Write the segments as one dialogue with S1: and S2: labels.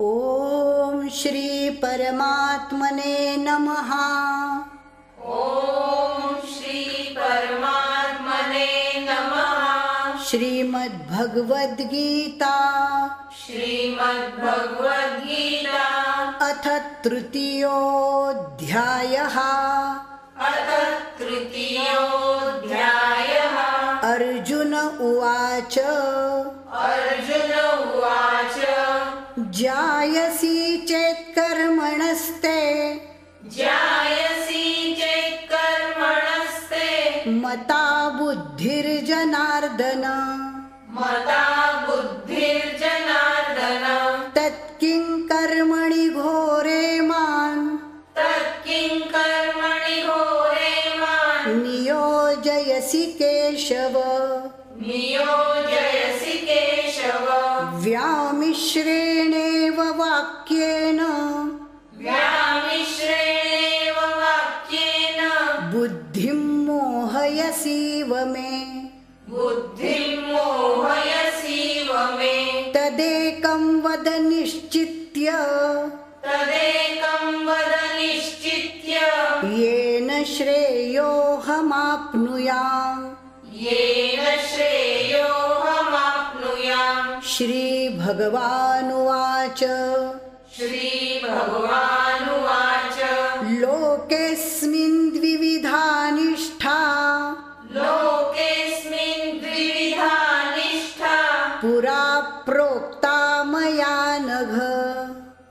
S1: ॐ श्रीपरमात्मने नमः
S2: श्रीपरमात्मने नमः
S1: श्रीमद्भगवद्गीता
S2: श्रीमद्भगवद्गीता
S1: अथ तृतीयोऽध्यायः
S2: अथ तृतीयोऽध्यायः
S1: अर्जुन उवाच
S2: अर्जुन उवाच
S1: जायसि चेत् कर्मणस्ते
S2: जायसि चेत् कर्मणस्ते
S1: मता बुद्धिर्जनार्दन
S2: मता बुद्धिर्जनार्दन
S1: तत्किं कर्मणि घोरे मान्
S2: तत्किं कर्मणि घोरे मां
S1: नियोजयसि केशव
S2: नियोजयसि केशव
S1: व्यामिश्रेणेव वाक्येन
S2: व्यामिश्रेणेव वाक्येन
S1: बुद्धिं मोहयसीव मे
S2: बुद्धिं मोहयसीव मे
S1: तदेकं वद निश्चित्य
S2: तदेकं वद निश्चित्य
S1: येन श्रेयोऽहमाप्नुयाम्
S2: येन श्रेयोऽहमाप्नुयाम्
S1: श्रीभगवानुवाच
S2: श्रीभगवानुवाच
S1: लोकेऽस्मिन् द्विविधा निष्ठा
S2: लोकेऽस्मिन् द्विविधा निष्ठा
S1: पुरा प्रोक्ता मया नघ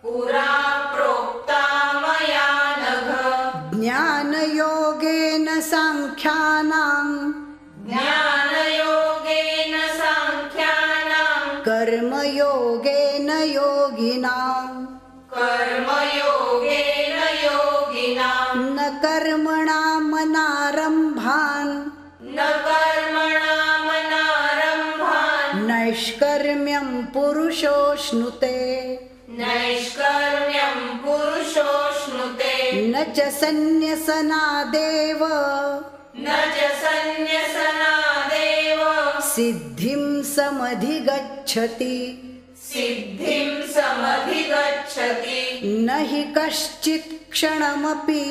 S2: पुरा प्रोक्ता मया नघ
S1: ज्ञानयोगेन साङ्ख्यानाम्
S2: ज्ञानयोगेन साङ्ख्यानाम्
S1: कर्मयोगेन योगिनाम्
S2: कर्मयोगेन योगिनाम्
S1: न कर्मणामनारम्भान्
S2: न कर्मणामनारम्भान्
S1: नैष्कर्म्यं पुरुषोऽश्नुते
S2: नैष्कर्म्यम् पुरुषो श्नुते
S1: न च सन्न्यसनादेव
S2: न च सन्न्यसनादेव
S1: सिद्धिं समधिगच्छति
S2: सिद्धिम् समधिगच्छति
S1: न हि कश्चित् क्षणमपि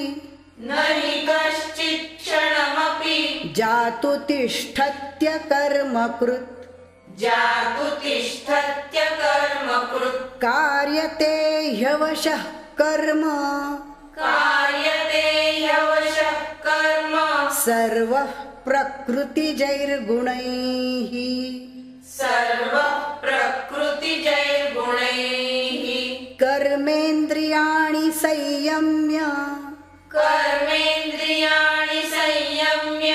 S2: न हि कश्चित् क्षणमपि
S1: जातु तिष्ठत्य कर्मकृत्
S2: जातु तिष्ठत्य कर्म कृत्
S1: कार्यते ह्यवशः कर्म
S2: कार्यते ह्यवशः कर्म
S1: सर्वः प्रकृतिजैर्गुणैः
S2: सर्वः प्रकृतिजैर्गुणैः
S1: कर्मेन्द्रियाणि संयम्य
S2: कर्मेन्द्रियाणि संयम्य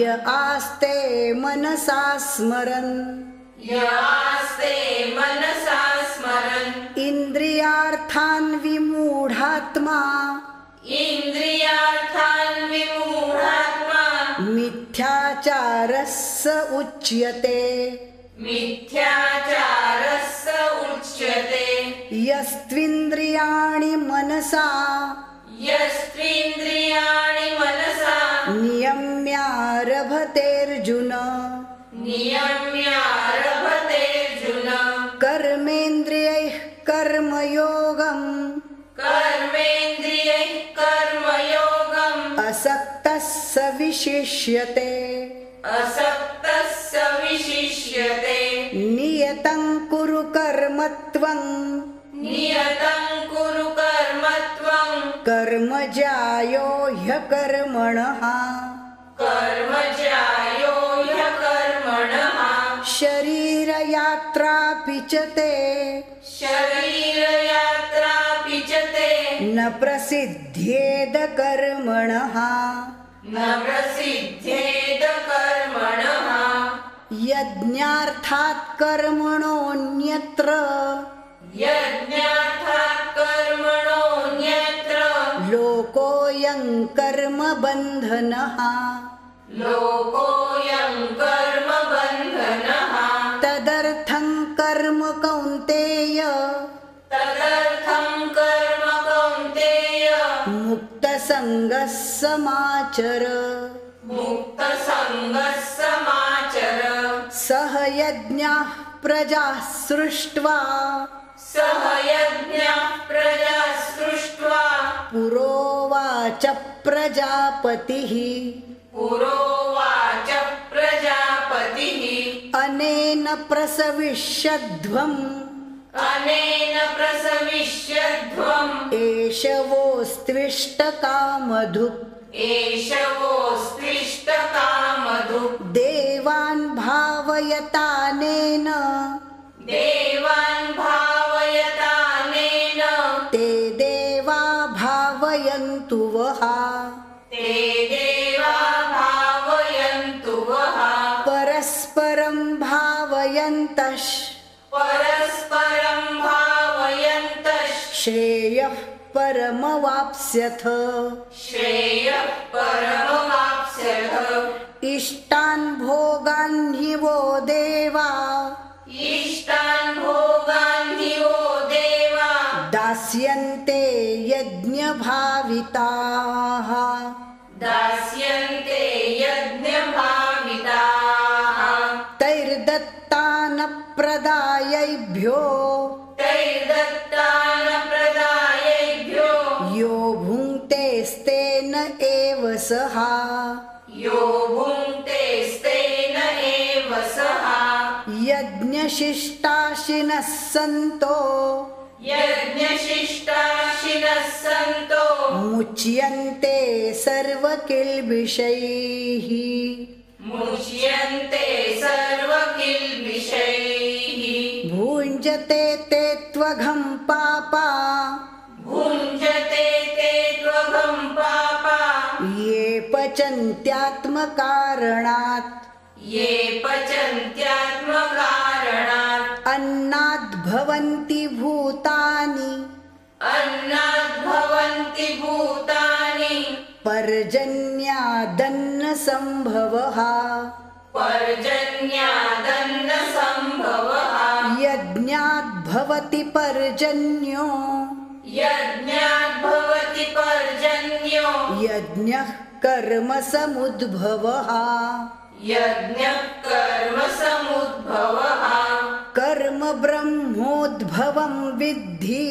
S1: य आस्ते मनसा स्मरन्
S2: यास्ते मनसा स्मरन्
S1: इन्द्रियार्थान् विमूढात्मा
S2: इन्द्रियार्थान् विमूढात्मा
S1: मिथ्याचारः स उच्यते
S2: मिथ्याचारः स उच्यते
S1: यस्त्विन्द्रियाणि मनसा
S2: यस्त्विन्द्रियाणि मनसा
S1: नियम्यारभतेऽर्जुन
S2: नियम्यारभतेऽर्जुन
S1: कर्मेन्द्रियैः कर्मयोगम्
S2: कर्मेन्द्रियैः कर्मयोगम्
S1: असक्तः स विशिष्यते
S2: असक्तः स विशिष्यते
S1: नियतं कुरु कर्म त्वं
S2: नियतम् कुरु कर्म त्वम्
S1: कर्म जायो ह्यकर्मणः
S2: कर्म जायो ह्यकर्मणः
S1: शरीरयात्रापि च ते
S2: शरीरयात्रापि च ते
S1: न प्रसिद्ध्येद कर्मणः
S2: न प्रसिद्धेद कर्मणः
S1: यज्ञार्थात् कर्मणोऽन्यत्र
S2: यज्ञार्थात् कर्मणोऽन्यत्र
S1: लोकोऽयं कर्मबन्धनः
S2: लोकोऽयं कर्म बन्धनः
S1: तदर्थं कर्म कौन्तेय
S2: तदर्थं कर्म कौन्तेय
S1: मुक्तसङ्गः समाचर
S2: मुक्तसङ्गः समाचर
S1: सह यज्ञाः प्रजाः सृष्ट्वा
S2: सह यज्ञः प्रजा सृष्ट्वा
S1: पुरोवाच प्रजापतिः
S2: पुरोवाच प्रजापतिः
S1: अनेन प्रसविष्यध्वम्
S2: अनेन प्रसविष्यध्वम्
S1: एष वोस्त्विष्टकामधु
S2: एष वोस्त्विष्टकामधु
S1: देवान् भावयतानेन
S2: देवान् भावयतानेन
S1: ते देवा भावयन्तु वहा
S2: ते देवा भावयन्तु वः
S1: परस्परं भावयन्तः
S2: परस्परं भावयन्तः
S1: श्रेयः परमवाप्स्यथ
S2: श्रेयः परमवाप्स्यथ
S1: इष्टान् भोगान् हि वो देवा
S2: इष्टान् भोगान् हि वो देवा
S1: दास्यन्ते यज्ञभाविताः
S2: दास्यन्ते यज्ञभाविताः
S1: तैर्दत्तानप्रदायैभ्यो
S2: तैर्दत्तानप्रदायैभ्यो
S1: यो भुङ्क्तेस्तेन एव सः
S2: यो भुङ्क्तेस्तेन एव सः
S1: यज्ञशिष्टाशिनः सन्तो
S2: यज्ञशिष्टाशिनः सन्तो
S1: मुच्यन्ते सर्वकिल्बिषैः
S2: मुच्यन्ते सर्वकिल्बिषैः
S1: भुञ्जते ते त्वघं पापा
S2: भुञ्जते ते त्वघम् पापा
S1: ये पचन्त्यात्मकारणात्
S2: ये पचन्त्यात्मकारणात्
S1: अन्नाद् भवन्ति भूतानि
S2: अन्नाद्भवन्ति भूतानि
S1: पर्जन्यादन्नसम्भवः
S2: पर्जन्यादन्नसम्भवः
S1: यज्ञाद् भवति पर्जन्यो
S2: यज्ञाद्भवति पर्जन्यो
S1: यज्ञः कर्मसमुद्भवः
S2: यज्ञः कर्मसमुद्भवः
S1: कर्म ब्रह्मोद्भवं विद्धि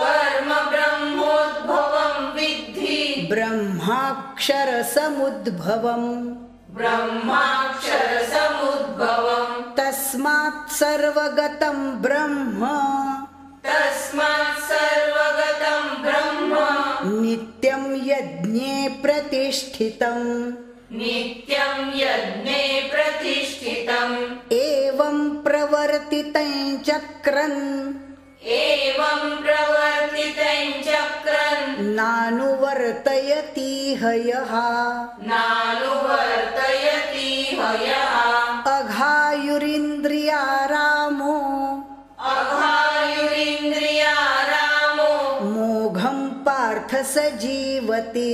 S2: कर्म ब्रह्मोद्भवम् विद्धि
S1: ब्रह्माक्षरसमुद्भवम्
S2: ब्रह्माक्षरसमुद्भवम्
S1: तस्मात् सर्वगतं ब्रह्म
S2: तस्मात् सर्वगतं ब्रह्म
S1: नित्यं यज्ञे प्रतिष्ठितम्
S2: नित्यं यज्ञे प्रतिष्ठितम्
S1: एवं प्रवर्तितं चक्रन्
S2: एवं प्रवर्तितं चक्रन्
S1: नानुवर्तयतीह यः
S2: नानुवर्तयति हयः
S1: अघायुरिन्द्रियारामो
S2: अघायुरिन्द्रिया रामो
S1: मोघं पार्थ स जीवति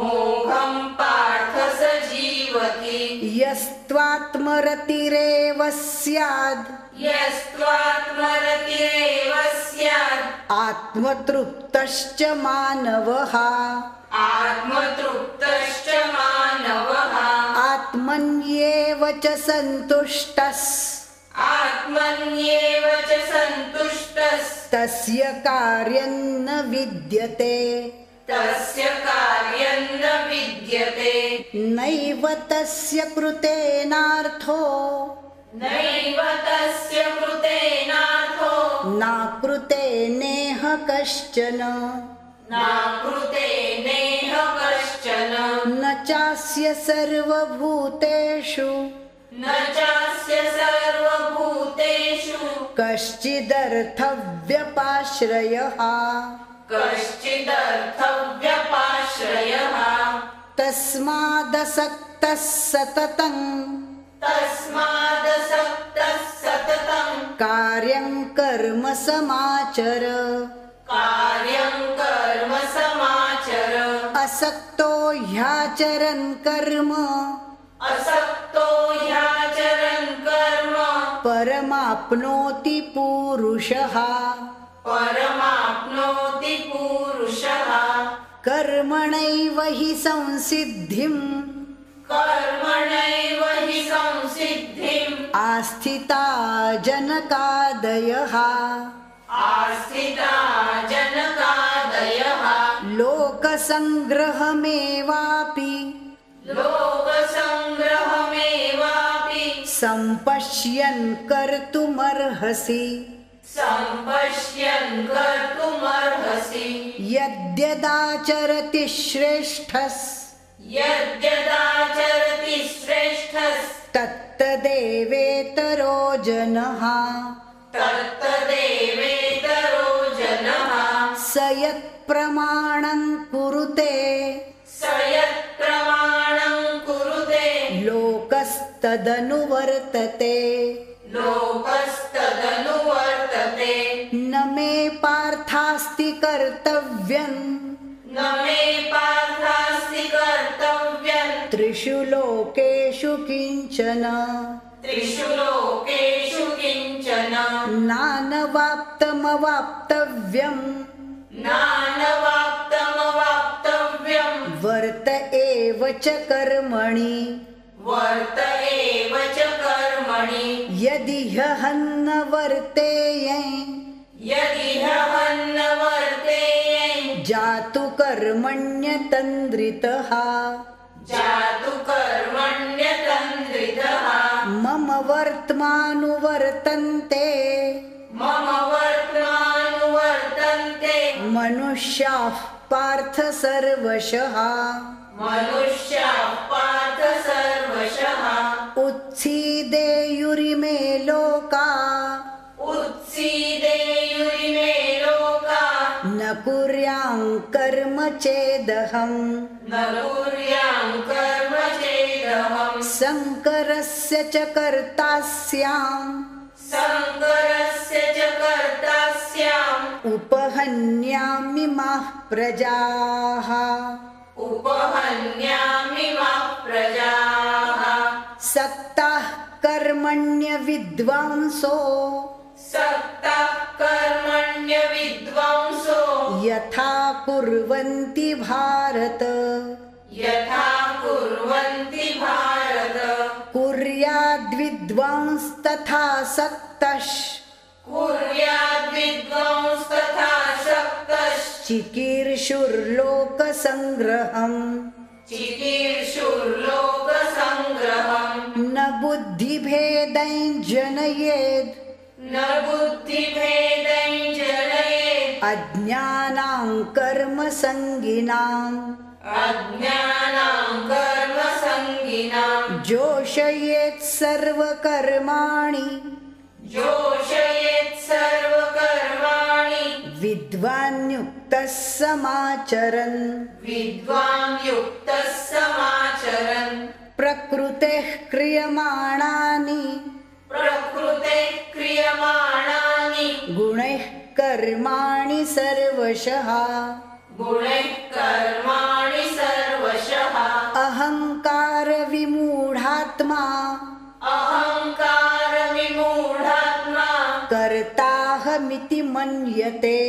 S2: मोघं पार्थ स जीवति
S1: यस्त्वात्मरतिरेव स्याद्
S2: यस्त्वात्मरतिरेव स्यात्
S1: आत्मतृप्तश्च मानवः
S2: आत्मतृप्तश्च मानवः
S1: आत्मन्येव च सन्तुष्टः
S2: आत्मन्येव च सन्तुष्टस्
S1: तस्य कार्यं न विद्यते
S2: तस्य कार्यं न विद्यते
S1: नैव तस्य कृतेनार्थो
S2: नैव तस्य कृतेनाथो
S1: न कृते नेह कश्चन
S2: नाकृते नेह कश्चन
S1: न चास्य सर्वभूतेषु
S2: न चास्य सर्वभूतेषु
S1: कश्चिदर्थव्यपाश्रयः
S2: कश्चिदर्थव्यपाश्रयः
S1: तस्मादसक्तः सततम्
S2: तस्मादसक्तः सततम्
S1: कार्यं कर्म समाचर
S2: कार्यं कर्म समाचर
S1: असक्तो ह्याचरन् कर्म
S2: असक्तो ह्याचरन् कर्म
S1: परमाप्नोति पुरुषः
S2: परमाप्नोति पुरुषः
S1: कर्मणैव हि संसिद्धिम्
S2: कर्मणैव हि संसिद्धिम्
S1: आस्थिता जनकादयः
S2: आस्थिता जनकादयः
S1: लोकसङ्ग्रहमेवापि
S2: लोकसङ्ग्रहमेवापि
S1: सम्पश्यन् कर्तुमर्हसि
S2: सम्पश्यन् कर्तुमर्हसि
S1: यद्यदाचरति श्रेष्ठस्
S2: यद्यदाचरति श्रेष्ठस्
S1: तत्तदेवेतरो जनः
S2: तत्तदेवेतरो जनः
S1: स यत्प्रमाणम् कुरुते
S2: स यत्प्रमाणम् कुरुते
S1: लोकस्तदनुवर्तते
S2: लोकस्तदनुवर्तते
S1: न मे पार्थास्ति कर्तव्यम्
S2: न मे पार्थास्ति कर्तव्यम्
S1: त्रिषु लोकेषु किञ्चन
S2: त्रिषु लोकेषु किञ्चन
S1: नानवाप्तमवाप्तव्यम्
S2: नानवाप्तमवाप्तव्यम्
S1: वर्त एव च कर्मणि
S2: वर्त एव च कर्मणि
S1: यदि हन्न वर्तेये
S2: यदि हन्न वर्तेये
S1: जातु कर्मण्यतन्द्रितः
S2: जातु कर्मण्यतन्द्रितः
S1: मम वर्त्मानुवर्तन्ते
S2: मम वर्त्मानुवर्तन्ते
S1: मनुष्याः पार्थ सर्वशः
S2: मनुष्याः पार्थ सर्वशः
S1: उत्सीदेयुरिमे लोका
S2: उत्सीदेयुरिमे लोका
S1: न कुर्यां कर्म चेदहम्
S2: न कुर्यां कर्म चेदहम्
S1: शङ्करस्य च कर्ता स्याम्
S2: सङ्करस्य च कर्ता स्याम्
S1: उपहन्यामि माः प्रजाः
S2: उपहन्यामि मा प्रजाः
S1: सक्ताः कर्मण्य विद्वांसो
S2: सक्तः कर्मण्य विद्वांसो
S1: यथा कुर्वन्ति भारत
S2: यथा कुर्वन्ति भारत
S1: कुर्याद्विद्वांस्तथा सक्तश्
S2: कुर्याद्विद्वांस्तथा सक्तश्च
S1: चिकीर्षुर्लोकसङ्ग्रहम्
S2: चिकीर्षुर्लोकसङ्ग्रहम्
S1: न बुद्धिभेदैं जनयेत्
S2: न बुद्धिभेदैं जनयेत्
S1: अज्ञानां कर्मसङ्गिनां
S2: अज्ञानां कर्मसङ्गिनां
S1: जोषयेत् सर्वकर्माणि
S2: जोषयेत् सर्वकर्माणि
S1: विद्वान्युक्तः समाचरन्
S2: विद्वान् युक्तः समाचरन्
S1: प्रकृतेः क्रियमाणानि
S2: प्रकृते क्रियमाणानि
S1: गुणैः कर्माणि सर्वशः
S2: गुणैः कर्माणि सर्वशः
S1: अहङ्कारविमूढात्मा
S2: अहङ्कारविमूढात्मा
S1: कर्ताहमिति मन्यते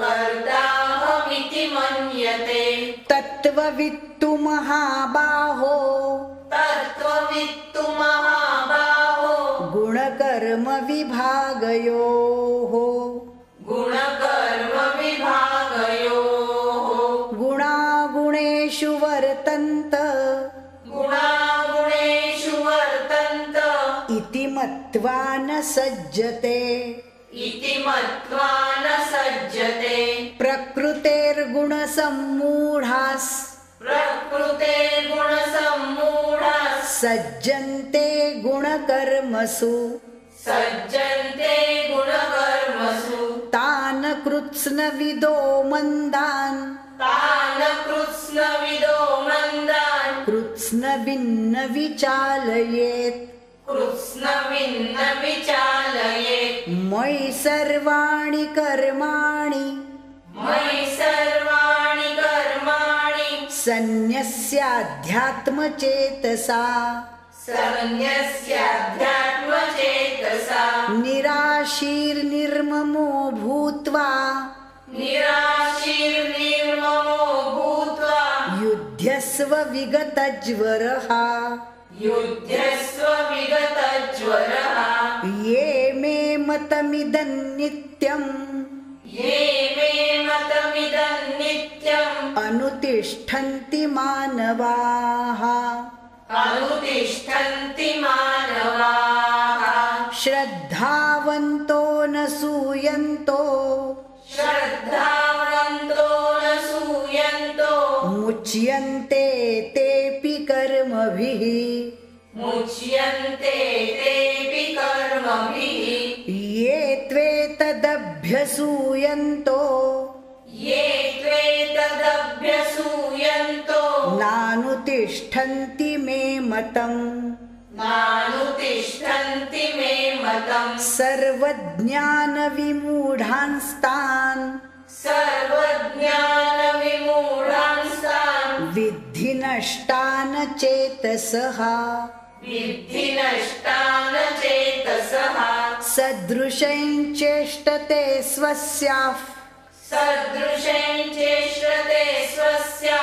S2: कर्ताहमिति मन्यते
S1: तत्त्ववित्तु महाबाहो
S2: तत्त्ववित्तु महाबाहो
S1: गुणकर्मविभागयोः
S2: गुणकर्मविभागयोः
S1: गुणागुणेषु वर्तन्त
S2: गुणागुणेषु वर्तन्त
S1: इति मत्वा न सज्जते
S2: इति मत्वा न सज्जते
S1: प्रकृतेर्गुणसम्मूढास्
S2: प्रकृते गुणसम्मूढाः
S1: सज्जन्ते गुणकर्मसु
S2: सज्जन्ते गुणकर्मसु
S1: तान् कृत्स्नविदो मन्दान्
S2: तान् कृत्स्नविदो मन्दान्
S1: कृत्स्नभिन्न विचालयेत्
S2: कृत्स्नविन्न विचालयेत्
S1: मयि सर्वाणि कर्माणि
S2: मयि सर्वाणि कर्माणि
S1: सन्न्यस्याध्यात्मचेतसा
S2: सन्न्यस्याध्यात्मचेतसा
S1: निराशीर्निर्ममो भूत्वा
S2: निराशीर्निर्ममो भूत्वा
S1: युध्यस्व विगतज्वरः
S2: युध्यस्व विगतज्वरः
S1: ये मे मतमिदन्नित्यम्
S2: ये मे मतमिदन्नित्यम्
S1: अनुतिष्ठन्ति मानवाः
S2: अनुतिष्ठन्ति मानवाः
S1: श्रद्धावन्तो न सूयन्तो
S2: श्रद्धावन्तो न सूयन्तो
S1: मुच्यन्ते तेऽपि कर्मभिः
S2: मुच्यन्ते तेऽपि कर्मभिः
S1: ये त्वेतदभ्यसूयन्तो
S2: ये त्वेतदभ्यसूयन्तो
S1: नानुतिष्ठन्ति मे मतम्
S2: नानुतिष्ठन्ति मे मतम्
S1: सर्वज्ञानविमूढांस्तान्
S2: सर्वज्ञानविमूढांस्तान्
S1: विद्धि नष्टान् चेतसः
S2: विद्धि नष्टान चेतसः
S1: सदृशं चेष्टते स्वस्याः
S2: सदृशं चेष्टते स्वस्य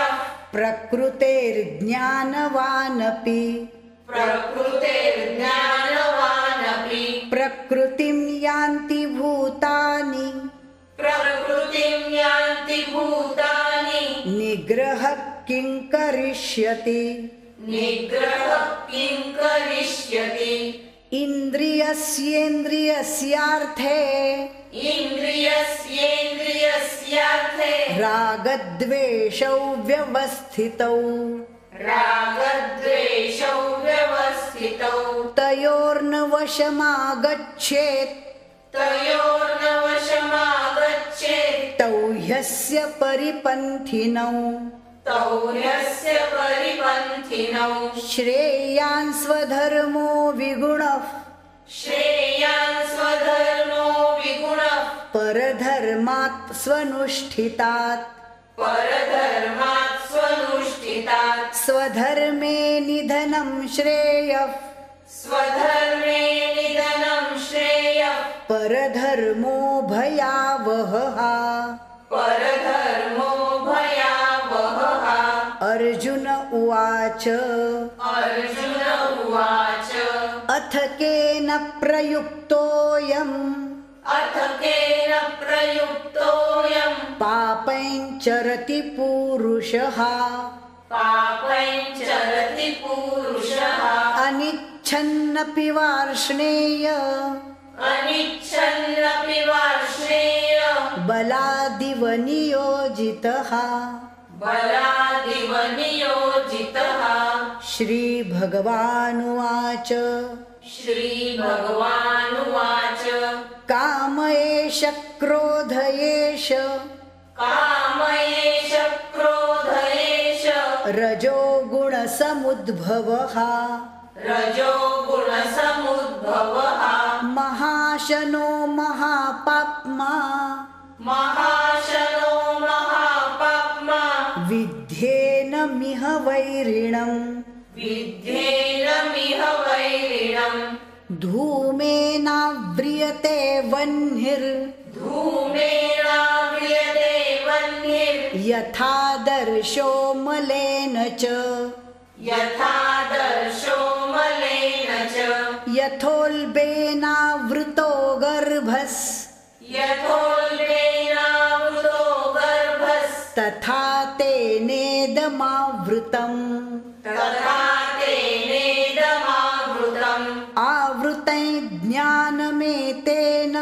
S1: प्रकृतेर्ज्ञानवानपि
S2: प्रकृतेर्ज्ञानवानपि
S1: प्रकृतिं यान्ति भूतानि
S2: प्रकृतिं यान्ति भूतानि
S1: निग्रह किं करिष्यति
S2: निग्रहः किं करिष्यति
S1: इन्द्रियस्येन्द्रियस्यार्थे
S2: इन्द्रियस्येन्द्रियस्यार्थे
S1: रागद्वेषौ व्यवस्थितौ
S2: रागद्वेषौ व्यवस्थितौ
S1: तयोर्न वशमागच्छेत्
S2: तयोर्न वशमागच्छेत्
S1: तौ ह्यस्य परिपन्थिनौ
S2: तौ ह्यस्य परिपन्थिनौ
S1: श्रेयान् स्वधर्मो विगुणः
S2: श्रेयान् स्वधर्मो विगुणः
S1: परधर्मात् स्वनुष्ठितात्
S2: परधर्मात् स्वनुष्ठितात्
S1: स्वधर्मे निधनं श्रेयः
S2: स्वधर्मे निधनं श्रेयः
S1: परधर्मो भयावहः
S2: परधर्मो भयावहः
S1: अर्जुन उवाच
S2: अर्जुन उवाच
S1: अथ केन प्रयुक्तोऽयम्
S2: अथ केन प्रयुक्तोऽयम्
S1: पापं चरति पूरुषः
S2: पापं चरति पूरुषः
S1: अनिच्छन्नपि वार्ष्णेय
S2: अनिच्छन्नपि वार्ष्णेय
S1: बलादिव नियोजितः
S2: बलादिव नियोजितः
S1: श्रीभगवानुवाच
S2: श्रीभगवानुवाच
S1: काम एष क्रोध एष
S2: काम एष क्रोध एष
S1: रजोगुणसमुद्भवः
S2: रजोगुणसमुद्भवः
S1: महाशनो महापाप्मा
S2: महाशनो महापाप्मा
S1: विध्येनमिह वैरिणम्
S2: विद्धेनमिह वैरिणम्
S1: धूमेनाव्रियते वह्निर्
S2: धूमेणाम्रियते वह्निर्
S1: यथा दर्शो मलेन च
S2: यथा दर्शो मलेन च
S1: यथोल्बेनावृतो गर्भस्
S2: यथोल्बेनामृतो गर्भस्
S1: तथा तेनेदमावृतम्
S2: तथा तेनेदमावृतम्
S1: आवृतै ज्ञानमेतेन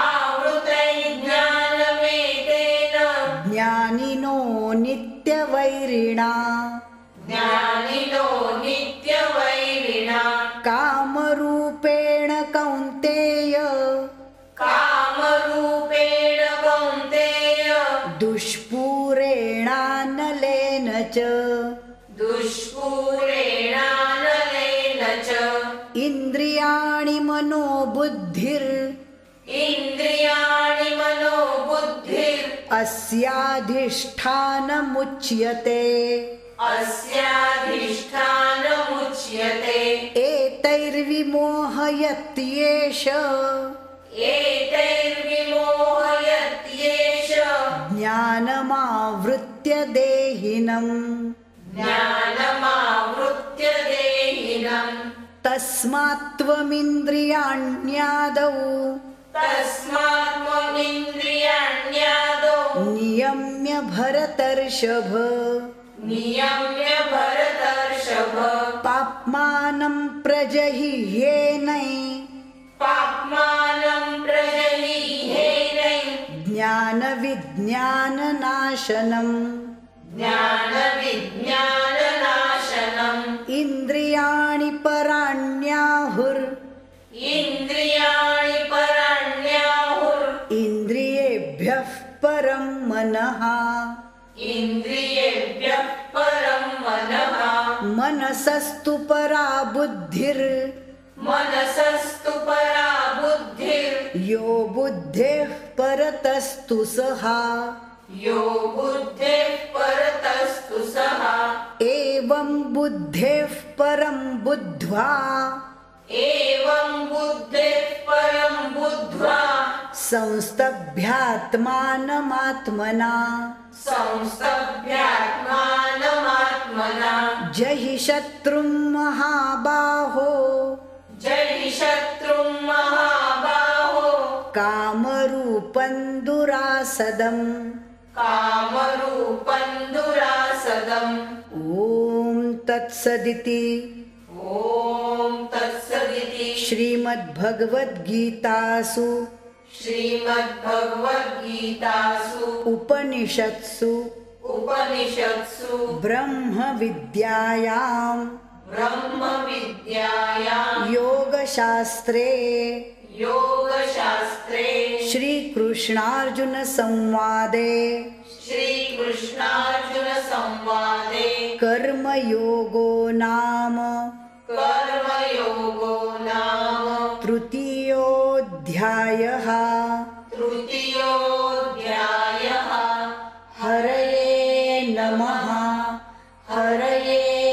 S2: आवृतै ज्ञानमेतेन
S1: ज्ञानिनो नित्यवैरिणा
S2: ज्ञानिनो नित्यवैरिणा
S1: कामरूपेण कौन्तेय
S2: कामरूपेण कौन्तेय
S1: दुष्पूरेणानलेन च
S2: दुष्पूरेणानलेन च
S1: इन्द्रियाणि मनो बुद्धिर्
S2: इन्द्रियाणि मनो बुद्धिर्
S1: अस्याधिष्ठानमुच्यते
S2: अस्याधिष्ठानमुच्यते
S1: एतैर्विमोहयत्येष
S2: एतैर्विमोहयत्येष
S1: ज्ञानमावृत्य देहिनम्
S2: ज्ञानमावृत्य देहिनम्
S1: तस्मात्त्वमिन्द्रियाण्यादौ
S2: तस्मात् त्वमिन्द्रियाण्यादौ
S1: नियम्य भरतर्षभ
S2: नियम्य भरतर्षभ
S1: पाप्मानं प्रजहिह्येनै
S2: पाप्मानं प्रजहिहेनैः
S1: ज्ञानविज्ञाननाशनम्
S2: ज्ञानविज्ञाननाशनम्
S1: इन्द्रियाणि पराण्याहुर्
S2: इन्द्रियाणि पराण्याहुर्
S1: इन्द्रियेभ्यः परं मनः
S2: इन्द्रियेभ्यः परं मनः
S1: मनसस्तु परा बुद्धिर्
S2: मनसस्तु परा बुद्धिर्
S1: यो बुद्धेः परतस्तु सः
S2: यो बुद्धेः परतस्तु सः
S1: एवं बुद्धेः परं बुद्ध्वा
S2: एवं बुद्धेः परं बुद्ध्वा
S1: संस्तभ्यात्मानमात्मना
S2: संस्तभ्यात्मानमात्मना
S1: जहि शत्रुं महाबाहो
S2: जयि शत्रुं महाबाहो
S1: कामरूपं दुरासदम्
S2: कामरूपं दुरासदम्
S1: ॐ तत्सदिति
S2: ॐ तत्सदिति
S1: श्रीमद्भगवद्गीतासु
S2: श्रीमद्भगवद्गीतासु
S1: उपनिषत्सु
S2: उपनिषत्सु
S1: ब्रह्मविद्यायां
S2: ब्रह्मविद्यायां
S1: योगशास्त्रे
S2: योगशास्त्रे
S1: श्रीकृष्णार्जुनसंवादे
S2: श्रीकृष्णार्जुनसंवादे
S1: कर्मयोगो नाम
S2: कर्मयोगो नाम
S1: तृतीयोऽध्यायः
S2: तृतीयोऽध्यायः
S1: हरये नमः हरये